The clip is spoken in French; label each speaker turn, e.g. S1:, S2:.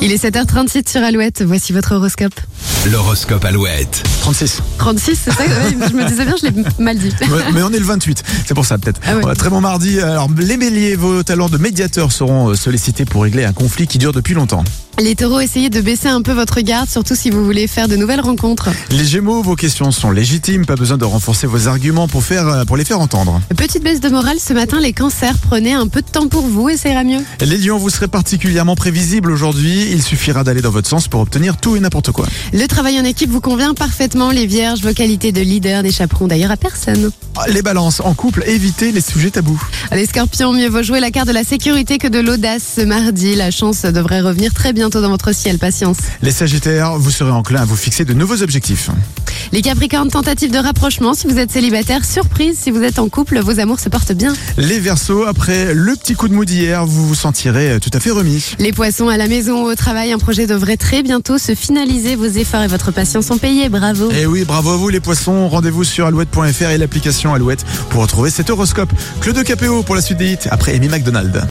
S1: Il est 7h37 sur Alouette, voici votre horoscope.
S2: L'horoscope Alouette.
S3: 36.
S1: 36, c'est ça Ouais, Je me disais bien, je l'ai mal dit.
S3: Ouais, mais on est le 28, c'est pour ça peut-être.
S1: Ah ouais.
S3: Ouais, Très bon mardi. Alors les béliers, vos talents de médiateur seront euh, sollicités pour régler un conflit qui dure depuis longtemps.
S1: Les taureaux, essayez de baisser un peu votre garde, surtout si vous voulez faire de nouvelles rencontres.
S3: Les gémeaux, vos questions sont légitimes, pas besoin de renforcer vos arguments pour, faire, euh, pour les faire entendre.
S1: Petite baisse de morale ce matin, les cancers, prenez un peu de temps pour vous et ça ira mieux.
S3: Les lions, vous serez particulièrement prévisibles aujourd'hui, il suffira d'aller dans votre sens pour obtenir tout et n'importe quoi.
S1: Le travail en équipe vous convient parfaitement, les vierges, vos qualités de leader n'échapperont d'ailleurs à personne.
S3: Les balances, en couple, évitez les sujets tabous.
S1: Les scorpions, mieux vaut jouer la carte de la sécurité que de l'audace ce mardi. La chance devrait revenir très bientôt dans votre ciel, patience.
S3: Les sagittaires, vous serez enclin à vous fixer de nouveaux objectifs.
S1: Les capricornes, tentative de rapprochement si vous êtes célibataire, surprise si vous êtes en couple, vos amours se portent bien.
S3: Les versos, après le petit coup de mou d'hier, vous vous sentirez euh, tout à fait remis.
S1: Les poissons à la maison ou au travail, un projet devrait très bientôt se finaliser. Vos efforts et votre patience sont payés. Bravo.
S3: Et Eh oui, bravo à vous les poissons. Rendez-vous sur alouette.fr et l'application Alouette pour retrouver cet horoscope. Claude Capéo pour la suite des hits après Amy McDonald.